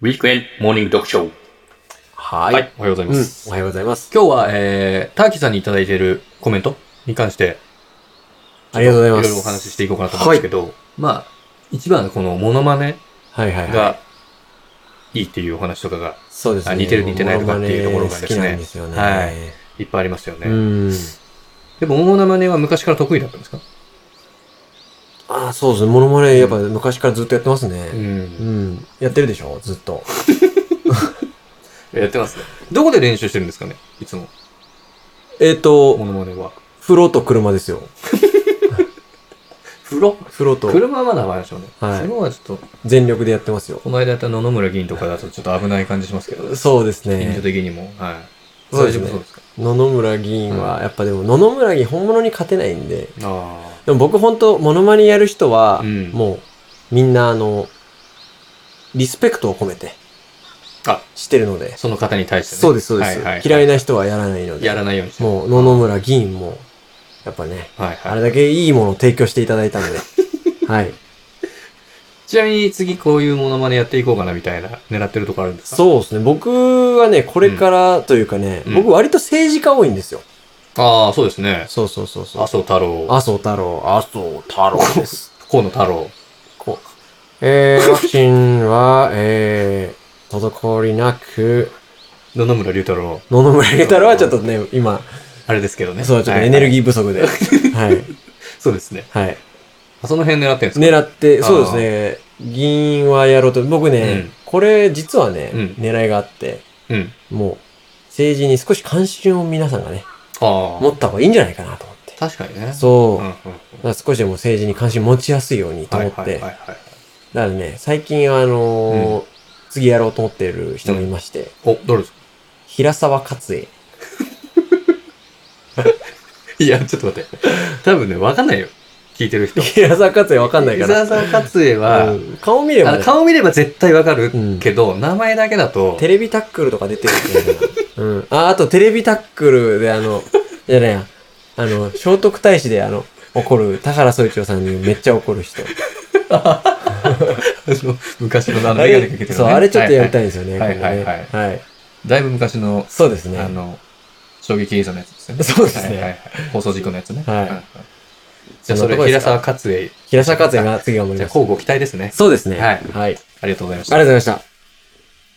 ウィークエンドモーニング読書。は、はいい。おはようございまうん。す。おはようございます。今日は、えー、ターキーさんにいただいているコメントに関して、ありがとうございいろまいす。ろお話ししていこうかなと思うんですけど、まあ、一番はこのモノマネはいはいはい。がいいっていうお話とかがそうですね。あ似てる似てないとかっていうところがですねモノマネ好きなんですよね。はいいっぱいありましたよね。うん。でも、モノマネは昔から得意だったんですか。ああ、そうですね。モノマネ、やっぱ昔からずっとやってますね。うんん。やってるでしょずっと。やってますね。どこで練習してるんですかねいつも。えっ、モと、ノマネは。風呂と車ですよ。風呂風呂と車はまだまだでしょうね。はい風呂はちょっと、全力でやってますよ。この間やった野々村議員とかだとちょっと危ない感じしますけど、そうです近所ね。的にも。はい。そうですね大丈夫そうですか野々村議員は、やっぱでも、野々村議員本物に勝てないんで。あでも僕本当モノマネやる人は、うんもう、みんなあの、リスペクトを込めて、あしてるのであ。。その方に対してね。そうです、そうです、はいはい嫌いな人はやらないので。やらないようにして。もう、野々村議員も、やっぱね、はいあはれい。だけいいものを提供していただいたの で。はい。ちなみに次こういうモノマネやっていこうかなみたいな、狙ってるとこあるんですかそうですね。僕はね、これからというかね、うん僕割と政治家多いんですよ。ああ、そうですね。そうそうそうそう麻。生太郎、麻生太郎、麻生太郎です。河野太郎。 こう。えー、ワクチンは、えー、滞りなく、野々村龍太郎。野々村龍太郎はちょっとね、今、あれですけどね。そう、ちょっとエネルー。ギー不足 で。はい。そうですね。はい。あその辺狙ってるんですか狙って、そうですね。議員はやろうと。僕ね、うんこれ実はね、うん狙いがあって、うん。もう、政治に少し関心を皆さんがね、あ持った方がいいんじゃないかなと思ってあ。。確かにね。そうう。んうんだから少しでも政治に関心持ちやすいようにとは思いって。はいはいはい。だからね、最近あのー次やろうと思ってる人がいまして、お、どれです か平沢勝恵。いや、ちょっと待って。多分ね、わかんないよ。聞いてる人。 平沢勝恵わかんないか伊沢ら。さん勝恵は、うん顔見ればあねの、顔見れば絶対わかるけど、名前だけだと、テレビタックルとか出てるみたい な。うん。あ、あとテレビタックルであの、じゃねえや、あの、聖徳太子であの、怒る、田原総一郎さんにめっちゃ怒る人。あの昔のあのあメガネかけてる、れ、ね、そう、あれちょっとやりたはいんですよね。はいはいこれねはい。い。だいぶ昔の、そうですね。あの、衝撃映像のやつですよね。そうですねはいはいはい放送事故のやつね。はいじゃあ、それ、そんなとこで平すか沢勝恵。平沢勝也が次頑張りじゃあ、ます。交互期待ですね。そうですね。はいはい。ありがとありがとうございましうた。ございました。